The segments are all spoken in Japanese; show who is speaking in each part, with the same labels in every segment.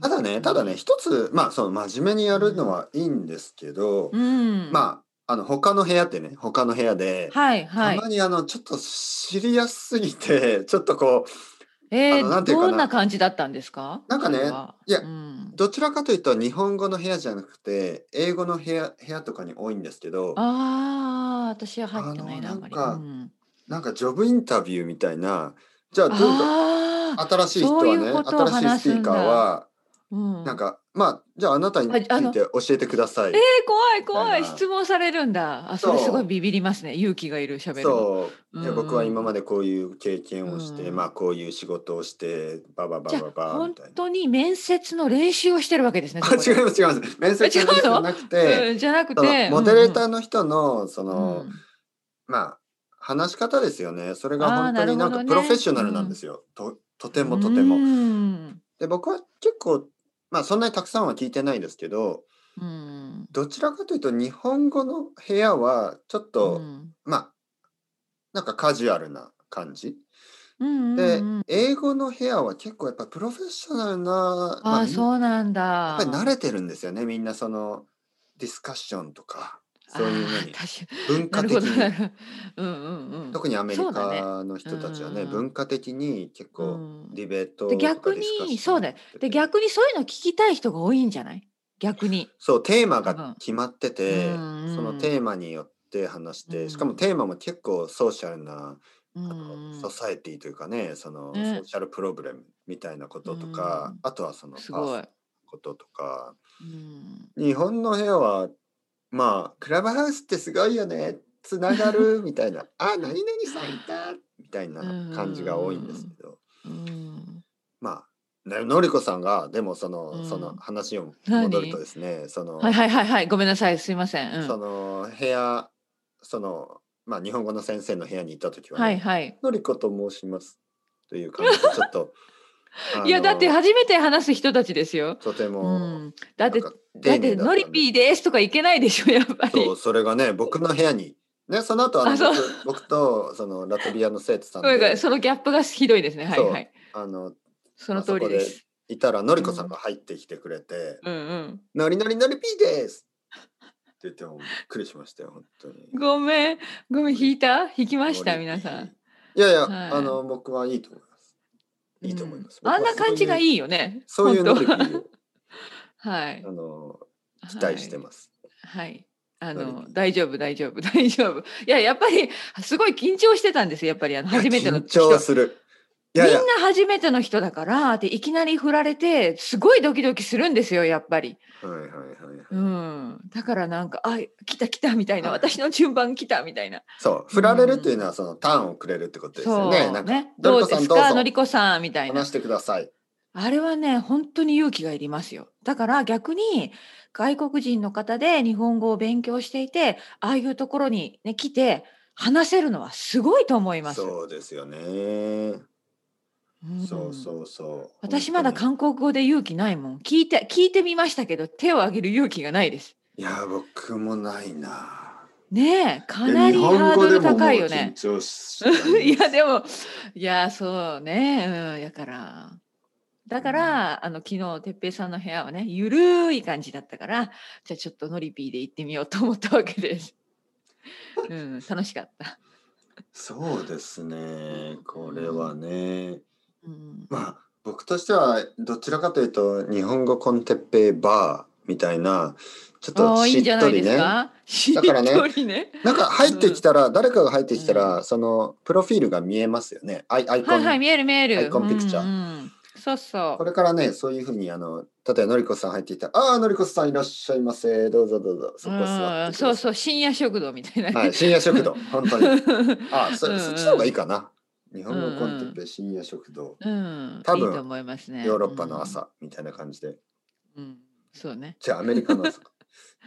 Speaker 1: ただね、ただね、一つ、まあ、その真面目にやるのはいいんですけど、
Speaker 2: うん。
Speaker 1: まあ、あの、他の部屋ってね、他の部屋で、
Speaker 2: はいは
Speaker 1: た
Speaker 2: い
Speaker 1: ま。にあの、ちょっと知りやすすぎて、 ちょっとこう、
Speaker 2: え
Speaker 1: あのな
Speaker 2: ー、
Speaker 1: んていうかな
Speaker 2: どんな感じだったんですか
Speaker 1: なんかね
Speaker 2: それはい
Speaker 1: や
Speaker 2: うん、
Speaker 1: どちらかというと日本語の部屋じゃなくて、英語の部屋、部屋とかに多いんですけど、
Speaker 2: ああ、私は入ってないな、
Speaker 1: あ
Speaker 2: あ
Speaker 1: の
Speaker 2: んまり。
Speaker 1: なんか
Speaker 2: うん
Speaker 1: なんかジョブインタビューみたいな、じゃあどうぞ、
Speaker 2: ああ、
Speaker 1: 新しい人は
Speaker 2: そう
Speaker 1: ね、
Speaker 2: いうことを
Speaker 1: 新しい
Speaker 2: 話
Speaker 1: スピ
Speaker 2: す
Speaker 1: ー
Speaker 2: ん
Speaker 1: カ
Speaker 2: だ
Speaker 1: ーは、
Speaker 2: うん、
Speaker 1: なんか、まあ、じゃああなたについて
Speaker 2: ああの
Speaker 1: 教えてください。
Speaker 2: えー、怖い怖い
Speaker 1: みたいな
Speaker 2: 質問されるんだあそれ
Speaker 1: そう
Speaker 2: すごいビビりますね勇気がいる喋るの
Speaker 1: そう、いや
Speaker 2: うん
Speaker 1: 僕は今までこういう経験をして、
Speaker 2: うん
Speaker 1: まあこういう仕事をしてバババ
Speaker 2: じゃ
Speaker 1: バ
Speaker 2: あ
Speaker 1: バみ
Speaker 2: 本
Speaker 1: たいな。
Speaker 2: 当に面接の練習をしてるわけですね
Speaker 1: あ
Speaker 2: そこで
Speaker 1: 違います違います。面接
Speaker 2: え違うの
Speaker 1: じゃなくて、
Speaker 2: うんじゃなく
Speaker 1: その
Speaker 2: て
Speaker 1: モデレーター
Speaker 2: ー
Speaker 1: の人のその、まあ話し方ですよね。それが本当になん
Speaker 2: あーなるほど
Speaker 1: か
Speaker 2: ね
Speaker 1: プロフェッショナルなんですよ。ととてもとて
Speaker 2: う
Speaker 1: も。
Speaker 2: ん
Speaker 1: で僕は結構まあそんなにたくさんは聞いてないですけど、
Speaker 2: うん
Speaker 1: どちらかというと日本語の部屋はちょっと、
Speaker 2: うん
Speaker 1: まあなんかカジュアルな感じ。
Speaker 2: うん
Speaker 1: で
Speaker 2: うんうん、
Speaker 1: 英語の部屋は結構やっぱプロフェッショナルな、ま
Speaker 2: あ
Speaker 1: あ
Speaker 2: あ
Speaker 1: みん
Speaker 2: そうなんだ
Speaker 1: やっぱり慣れてるんですよねみんなそのディスカッションとかそういうのに
Speaker 2: あー確か
Speaker 1: 文化
Speaker 2: なる
Speaker 1: 的
Speaker 2: ほどなる
Speaker 1: に
Speaker 2: ほどうんうんうん
Speaker 1: 特にアメリ
Speaker 2: そうだね
Speaker 1: カの人たちはね
Speaker 2: うんうん
Speaker 1: 文化的に結
Speaker 2: う
Speaker 1: 構
Speaker 2: ん
Speaker 1: ディベート
Speaker 2: で
Speaker 1: とか
Speaker 2: 逆に
Speaker 1: ディスカッション
Speaker 2: そうだよ
Speaker 1: やってて
Speaker 2: で逆にそういうの聞きたい人が多いんじゃない逆に
Speaker 1: そうテーマ
Speaker 2: 多
Speaker 1: が
Speaker 2: 分
Speaker 1: 決まってて
Speaker 2: うんうんうん
Speaker 1: そのテーマによって話してしか
Speaker 2: う
Speaker 1: も
Speaker 2: ん
Speaker 1: テーマも結構ソーシャルな
Speaker 2: うん
Speaker 1: あのソサエティというかねそのソ
Speaker 2: ね
Speaker 1: ーシャルプロブレムみたいなこととか
Speaker 2: うん
Speaker 1: あとはその
Speaker 2: すごい
Speaker 1: パーソナルなこととか
Speaker 2: うん
Speaker 1: 日本の部屋はまあクラブハウスってすごいよねつながるみ たいなあ何々さんいたみたいな感じが多いんですけど
Speaker 2: うん
Speaker 1: まあねのりこさんがでもその、
Speaker 2: うん
Speaker 1: その話を
Speaker 2: 何
Speaker 1: 戻るとですねその、
Speaker 2: はいはいはいはいごめんなさいすいません、うん
Speaker 1: その部屋そのまあ日本語の先生の部屋にいた時は、ね
Speaker 2: はいはい
Speaker 1: のりこと申しますという感じでちょ っとあの
Speaker 2: いやだって初めて話す人たちですよ、
Speaker 1: とて
Speaker 2: う
Speaker 1: も、
Speaker 2: ん、だって
Speaker 1: なんか
Speaker 2: だっ
Speaker 1: 丁寧
Speaker 2: て
Speaker 1: だったん
Speaker 2: ノ
Speaker 1: で
Speaker 2: リピーですとかいけないでしょやっぱり
Speaker 1: そう、それがね、僕の部屋に。ね、その後、あの、
Speaker 2: あそう
Speaker 1: 僕僕と、そのラトビアの生徒さん
Speaker 2: ごめんごめ
Speaker 1: で
Speaker 2: ん。そのギャップがひどいですねはいはい
Speaker 1: あの、
Speaker 2: その通りで
Speaker 1: あそ
Speaker 2: す
Speaker 1: いたら、のりこさんが入ってきてくれて。
Speaker 2: うんうん
Speaker 1: のりのりのりピーです。って言っても、びっくりしましたよ、本当に。
Speaker 2: ごめんごめん引いた引きました
Speaker 1: のりピー
Speaker 2: 皆さん。
Speaker 1: いやいや、
Speaker 2: はい
Speaker 1: あの、僕はいいと思います。いいと思います。
Speaker 2: うんあんな感じがい
Speaker 1: い。
Speaker 2: いよね
Speaker 1: そういうの
Speaker 2: 本
Speaker 1: り
Speaker 2: 当
Speaker 1: ピーを、
Speaker 2: はい
Speaker 1: あの、期待してます。
Speaker 2: はい。あ
Speaker 1: ノリ
Speaker 2: の
Speaker 1: ピー
Speaker 2: 大丈夫大丈夫 大丈夫いややっぱりすごい緊張してたんですよやっぱりあの初めての
Speaker 1: 緊張
Speaker 2: 人
Speaker 1: する。いやいや
Speaker 2: みん、な初めての人だからでいきなり振られてすごいドキドキするんですよやっぱり、
Speaker 1: はいはいはいはい。
Speaker 2: うん、だからなんか「あ来た来た」みたいな「
Speaker 1: はい
Speaker 2: 私の順番来た」みたいな
Speaker 1: そう、振られるっていうのは、そのターンをくれるってことですよ
Speaker 2: そう
Speaker 1: ね。
Speaker 2: ね
Speaker 1: なんか、
Speaker 2: ど
Speaker 1: のり
Speaker 2: う
Speaker 1: こ
Speaker 2: で
Speaker 1: さん
Speaker 2: す
Speaker 1: どうぞ
Speaker 2: かのりこさんみたいな
Speaker 1: 話してください。
Speaker 2: あれはね本当に勇気がいりますよだから逆に外国人の方で日本語を勉強していてああいうところに、ね、来て話せるのはすごいと思います。
Speaker 1: そうですよね。
Speaker 2: ん
Speaker 1: そうそうそう。
Speaker 2: 私まだ韓
Speaker 1: 本
Speaker 2: 国語で勇気ないもん聞いて聞いてみましたけど手を挙げる勇気がないです
Speaker 1: 当にいや、僕もないな。
Speaker 2: ねえかなりハードル高いよね
Speaker 1: 日本語でももう緊張し
Speaker 2: いやでもいやそうねうんやからだから、あの昨日哲平さんの部屋はねゆるい感じだったからじゃあちょっとノリピーで行ってみようと思ったわけ です、うん、楽しかった、
Speaker 1: そうですね。これはね。
Speaker 2: うん、
Speaker 1: まあ、僕としては、どちらかというと、日本語コンテッペイバーみたいな、ちょっ
Speaker 2: お
Speaker 1: と
Speaker 2: ーい
Speaker 1: し
Speaker 2: いん
Speaker 1: っ
Speaker 2: じゃな
Speaker 1: と
Speaker 2: いで
Speaker 1: り
Speaker 2: す
Speaker 1: ね。
Speaker 2: かしっ
Speaker 1: だからね
Speaker 2: とりね
Speaker 1: なんか入ってきたら、誰かが入ってきたら、
Speaker 2: う
Speaker 1: そのプロフィールが見えますよね。アイアイコン、
Speaker 2: はいはい見える見える
Speaker 1: アイコンピクチャー
Speaker 2: うんうんそうそう
Speaker 1: これからね、そういうふうに、あの、例えばのりこさん入ってきたら、ああ、のりこさんいらっしゃいませ。どうぞどうぞ。そこ座ってください
Speaker 2: うんそうそう深夜食堂みたいなね、
Speaker 1: はい、深夜食 堂、本当に。あ、そ
Speaker 2: うんうん
Speaker 1: そっちの方がいいかな。日本のコンテンペ深夜食 堂、
Speaker 2: うん
Speaker 1: 多分
Speaker 2: いいと思いますね
Speaker 1: ヨーロッパの、朝みたいな感じで。
Speaker 2: うんうんそうね
Speaker 1: じゃあ、アメリカ の朝か。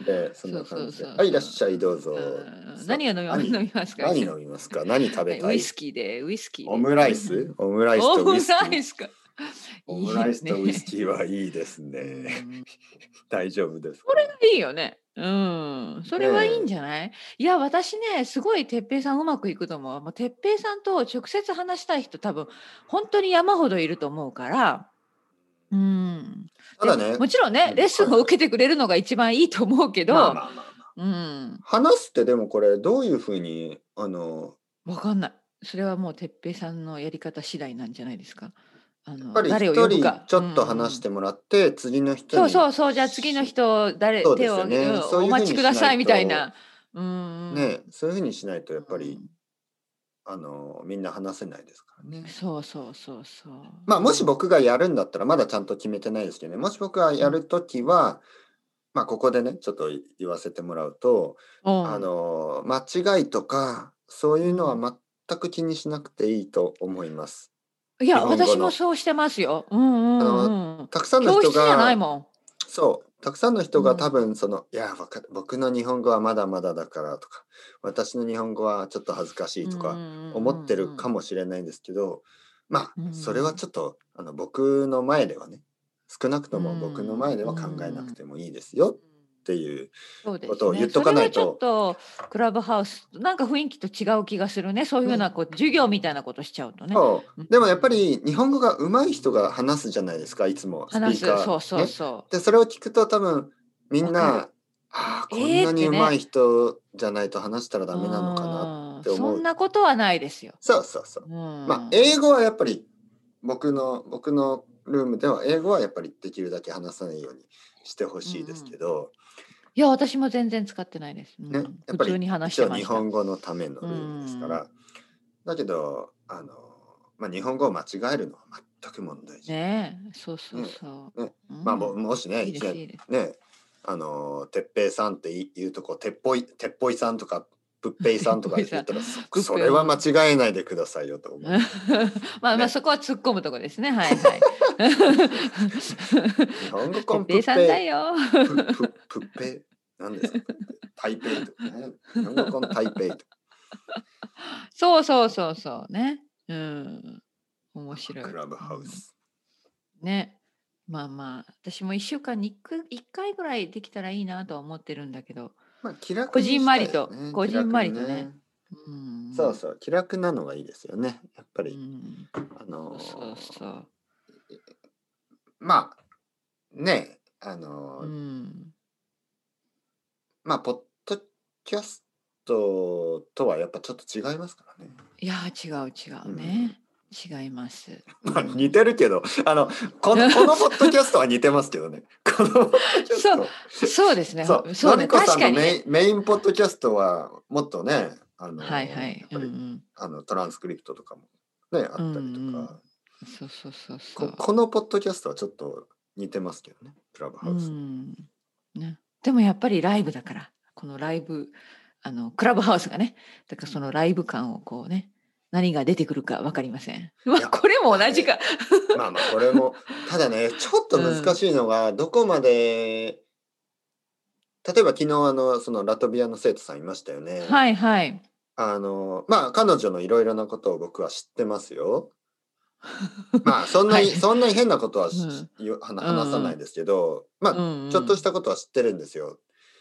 Speaker 1: で、そんな感じで。
Speaker 2: そうそうそうそう
Speaker 1: はい、いらっしゃい、どうぞ
Speaker 2: うん。
Speaker 1: を
Speaker 2: 何を飲みます飲みますか
Speaker 1: 何飲みますか何食べ
Speaker 2: は
Speaker 1: た
Speaker 2: いウ
Speaker 1: い
Speaker 2: イスキーでウイスキーで
Speaker 1: オムライスオムライス
Speaker 2: オ
Speaker 1: とウイ
Speaker 2: ム
Speaker 1: スキ
Speaker 2: ライ
Speaker 1: ー。
Speaker 2: スか
Speaker 1: オムライスとウイスキ
Speaker 2: ー
Speaker 1: ーはいいですね。大丈夫ですか。こ
Speaker 2: いいよねうんそれはいいんじゃない、いや私ねすごい哲平さんうまくいくと思うもう哲平さんと直接話したい人多分本当に山ほどいると思うからうん、
Speaker 1: ただね
Speaker 2: もちろんね、
Speaker 1: うん
Speaker 2: レッスンを受けてくれるのが一番いいと思うけど、
Speaker 1: まあまあまあまあ
Speaker 2: うん、
Speaker 1: 話すってでもこれどういうふうにあの
Speaker 2: わかんない。それはもう哲平さんのやり方次第なんじゃないですか。あ
Speaker 1: や
Speaker 2: の
Speaker 1: っぱり
Speaker 2: 誰
Speaker 1: 一
Speaker 2: を呼ぶ
Speaker 1: 人
Speaker 2: か
Speaker 1: ちょっと話してもらって、次の人に
Speaker 2: そうそうそうじゃあ次の人誰、
Speaker 1: そうで
Speaker 2: 手
Speaker 1: す
Speaker 2: を
Speaker 1: よ
Speaker 2: 挙
Speaker 1: ね
Speaker 2: げる
Speaker 1: そういうふうに
Speaker 2: お待ちくださいみたい
Speaker 1: しない
Speaker 2: な。うん、
Speaker 1: ねそういうふうにしないとやっぱり、
Speaker 2: う
Speaker 1: あのみんな話せないですからね
Speaker 2: ん。そうそうそうそう。
Speaker 1: まあもし僕がやるんだったらまだちゃんと決めてないですけどねもし僕がやるときは、まあここでねちょっと言わせてもらうと、
Speaker 2: うん、
Speaker 1: あの間違いとかそういうのは全く気にしなくていいと思います。
Speaker 2: いや
Speaker 1: 日本語の
Speaker 2: 私もそうしてますよ。うんうんうん。
Speaker 1: たくさんの
Speaker 2: 教
Speaker 1: 人
Speaker 2: 室じゃない
Speaker 1: が
Speaker 2: も
Speaker 1: そうたくさんの人
Speaker 2: う
Speaker 1: が
Speaker 2: ん
Speaker 1: 多分その、いやわかる僕の日本語はまだまだだからとか私の日本語はちょっと恥ずかし
Speaker 2: ん。
Speaker 1: いとか、
Speaker 2: 思
Speaker 1: 思ってるかもしれないんですけど、ま
Speaker 2: う
Speaker 1: あ
Speaker 2: ん
Speaker 1: それはちょっとあの僕の前ではね少なくとも僕の前では考えなくてもいいですよっていう
Speaker 2: そうです
Speaker 1: ことを
Speaker 2: ね
Speaker 1: 言っとかない
Speaker 2: そ
Speaker 1: と
Speaker 2: れはちょっとクラブハウスなんか雰囲気と違う気がするねそういうふうなこう授業みたいなことしちゃうとね
Speaker 1: そうでもやっぱり日本語が上手い人が話すじゃないですかいつもスピ
Speaker 2: 話
Speaker 1: ー
Speaker 2: す
Speaker 1: カー、ね、
Speaker 2: そうそうそう、
Speaker 1: でそれを聞くと多分みん
Speaker 2: わか
Speaker 1: なああこん
Speaker 2: えー
Speaker 1: な
Speaker 2: って
Speaker 1: に
Speaker 2: ね
Speaker 1: 上手い人じゃないと話したらダメなのかな、
Speaker 2: な
Speaker 1: って思う
Speaker 2: そんなことはないですよ、
Speaker 1: そうそうそう
Speaker 2: うん、
Speaker 1: まあ英語はやっぱり僕の僕のルームでは英語はやっぱりできるだけ話さないようにしてほしいですけど、
Speaker 2: いや私も全然使ってないです、うん
Speaker 1: ね、やっ
Speaker 2: 普
Speaker 1: ぱり
Speaker 2: 通に話し
Speaker 1: 一
Speaker 2: て
Speaker 1: 応
Speaker 2: ま
Speaker 1: 日
Speaker 2: した
Speaker 1: 本語のためのルールですから、だけどあの、まあ、日本語を間違えるのは全く問題じゃない、
Speaker 2: ねえそうそうそう、
Speaker 1: ねね
Speaker 2: うん
Speaker 1: まあ、ももしね
Speaker 2: いい
Speaker 1: い
Speaker 2: で
Speaker 1: き
Speaker 2: す
Speaker 1: ない
Speaker 2: い
Speaker 1: り
Speaker 2: です
Speaker 1: ねあの鉄平さんってい言うとこう鉄っぽい鉄っぽいさんとか仏平さんとか言 ったらそ
Speaker 2: 平
Speaker 1: それは間違えないでくださいよと思う。
Speaker 2: まあまあ
Speaker 1: ね
Speaker 2: そこは突っ込むとこですね。はいはい。
Speaker 1: 日本語 コン
Speaker 2: 哲平
Speaker 1: プッ
Speaker 2: さんだ
Speaker 1: ペ
Speaker 2: よ。
Speaker 1: プププッペなんですか台北とかね日本語コン台北とか
Speaker 2: そうそうそうそうね。うん。面白い。
Speaker 1: クラブハウス。
Speaker 2: うん。ね。まあまあ私も1週間に 1, 回ぐらいできたらいいなとは思ってるんだけど。
Speaker 1: まあ気楽
Speaker 2: こじんまり
Speaker 1: した
Speaker 2: と
Speaker 1: いですね
Speaker 2: こじんまりとね
Speaker 1: 気楽に
Speaker 2: うん、
Speaker 1: そうそう気楽なのがいいですよねやっぱ
Speaker 2: う
Speaker 1: り、
Speaker 2: ん。
Speaker 1: あのー
Speaker 2: そうそう。
Speaker 1: まあねあのー
Speaker 2: うん。
Speaker 1: まあポッドキャストとはやっぱちょっと違いますからね、
Speaker 2: いや違う違うね。違います。
Speaker 1: まあ、似てるけどあのこのこのポッドキャストは似てますけどねこのポッドキャス ト
Speaker 2: そうですね。
Speaker 1: そう
Speaker 2: そう
Speaker 1: の
Speaker 2: ね。
Speaker 1: りこさ
Speaker 2: 確
Speaker 1: ん
Speaker 2: か
Speaker 1: の
Speaker 2: に
Speaker 1: メイ
Speaker 2: ね
Speaker 1: ン。メインポッドキャストはもっとねあのー
Speaker 2: はいはい。う
Speaker 1: やっ
Speaker 2: んう
Speaker 1: ぱり
Speaker 2: ん。
Speaker 1: あのトランスクリプトとかもねあったりとか、
Speaker 2: うんうんそうそうそうそ
Speaker 1: こ
Speaker 2: う。
Speaker 1: このポッドキャストはちょっと似てますけどねクラブハ
Speaker 2: う
Speaker 1: ウス、
Speaker 2: んね、でもやっぱりライブだからこのライブあのクラブハウスがねだからそのライブ感をこうね何が出てくるか分かりません。まあ、
Speaker 1: や
Speaker 2: これも同じか。
Speaker 1: まあまあこれもた だねちょっと難しいのがどこまで、例えば昨日あのそのラトビアの生徒さんいましたよね。
Speaker 2: はいはい。
Speaker 1: あのまあ彼女のいろいろなことを僕は知ってま すよ。まあそんなに、
Speaker 2: はい
Speaker 1: そんなに変なことはし、
Speaker 2: うん
Speaker 1: よ話話さないですけど、まあ、
Speaker 2: うんうん
Speaker 1: ちょっとしたことは知ってるんですよ。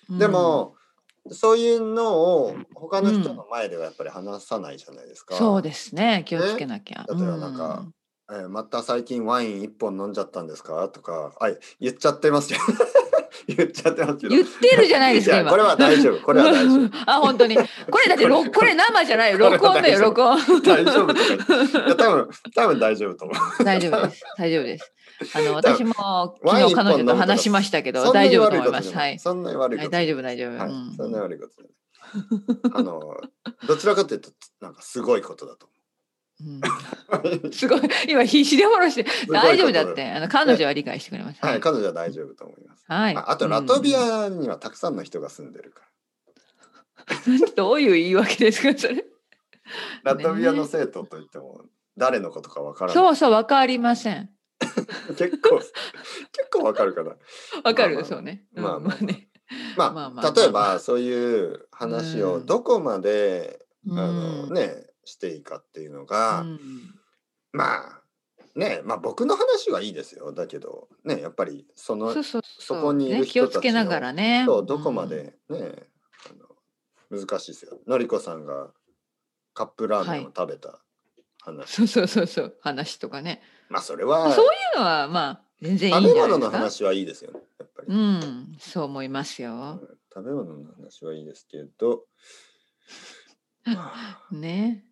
Speaker 2: うん
Speaker 1: でも、そういうのを他の人の前ではやっぱり話さないじゃないですか。
Speaker 2: そうですね気をつけなきゃ。
Speaker 1: 例えばなんかえーまた最近ワイン一本飲んじゃったんですかとか、あい言っちゃってますけど 言っちゃってますけ
Speaker 2: うん
Speaker 1: ど。
Speaker 2: 言ってるじゃないです
Speaker 1: い
Speaker 2: か
Speaker 1: や
Speaker 2: 今。
Speaker 1: これは大 丈夫これは大丈夫
Speaker 2: あ本当に。これだって録これ生じゃないよ
Speaker 1: これは
Speaker 2: 録音だよ録音。
Speaker 1: 大丈夫とか言っていや多分多分大丈夫と思う。
Speaker 2: 大丈夫 です。大丈夫です。あの
Speaker 1: だ
Speaker 2: 私も
Speaker 1: ワ
Speaker 2: 昨
Speaker 1: イン
Speaker 2: 日
Speaker 1: 一本
Speaker 2: 彼女と
Speaker 1: 飲むから
Speaker 2: 話しましたけ
Speaker 1: そ
Speaker 2: ど
Speaker 1: んな
Speaker 2: 大
Speaker 1: に
Speaker 2: 丈夫と
Speaker 1: 悪い
Speaker 2: 思い
Speaker 1: こと
Speaker 2: ま
Speaker 1: じゃ
Speaker 2: す。
Speaker 1: な。
Speaker 2: はいい。
Speaker 1: そんなに悪い
Speaker 2: はい
Speaker 1: ことじゃない。
Speaker 2: 大丈夫大丈夫。
Speaker 1: はい
Speaker 2: うん
Speaker 1: そんな悪いこと じゃない。あのどちらかというとなんかすごいことだと
Speaker 2: う
Speaker 1: 思う。
Speaker 2: んすごい今必死でフォローして
Speaker 1: すごいこと
Speaker 2: 大丈夫だってあの彼女は理解してくれます。
Speaker 1: はい、彼女は大丈夫と思います。
Speaker 2: はい。
Speaker 1: ああとラトビ
Speaker 2: うん。
Speaker 1: アにはたくさんの人が住んでるか
Speaker 2: どういう言い訳ですかそれ。
Speaker 1: ら。ラトビアの生徒といっても誰のことかわからな
Speaker 2: そ
Speaker 1: い。
Speaker 2: うそうわかりません。
Speaker 1: 結構結構わかるかな。
Speaker 2: わかる、
Speaker 1: まあまあ
Speaker 2: そうね。うん
Speaker 1: まあまあ
Speaker 2: ね。
Speaker 1: まあ、
Speaker 2: まあまあ
Speaker 1: 例え
Speaker 2: まあま
Speaker 1: ばそういう話を
Speaker 2: うん
Speaker 1: どこまで、
Speaker 2: うん
Speaker 1: あのねしていいかっていうのが、
Speaker 2: うん
Speaker 1: まあねまあ僕の話はいいですよだけどねやっぱりその
Speaker 2: そ
Speaker 1: そう
Speaker 2: そうう
Speaker 1: こにいる
Speaker 2: ね気
Speaker 1: 人
Speaker 2: をつ
Speaker 1: たち
Speaker 2: けなが
Speaker 1: の
Speaker 2: らね。
Speaker 1: そうどこま
Speaker 2: うん
Speaker 1: でね、あの難しいですよ。のりこさんがカップラーメンを食べた話、
Speaker 2: そうそうそうそう話とかね。
Speaker 1: まあそれは
Speaker 2: そういうのはまあ全然いいん
Speaker 1: 食
Speaker 2: じ
Speaker 1: べ
Speaker 2: ゃない
Speaker 1: 物
Speaker 2: で
Speaker 1: の
Speaker 2: すか。
Speaker 1: 話はいいですよね。やっぱり、
Speaker 2: うん、そう思いますよ。
Speaker 1: 食べ物の話はいいですけど、まあ
Speaker 2: ね。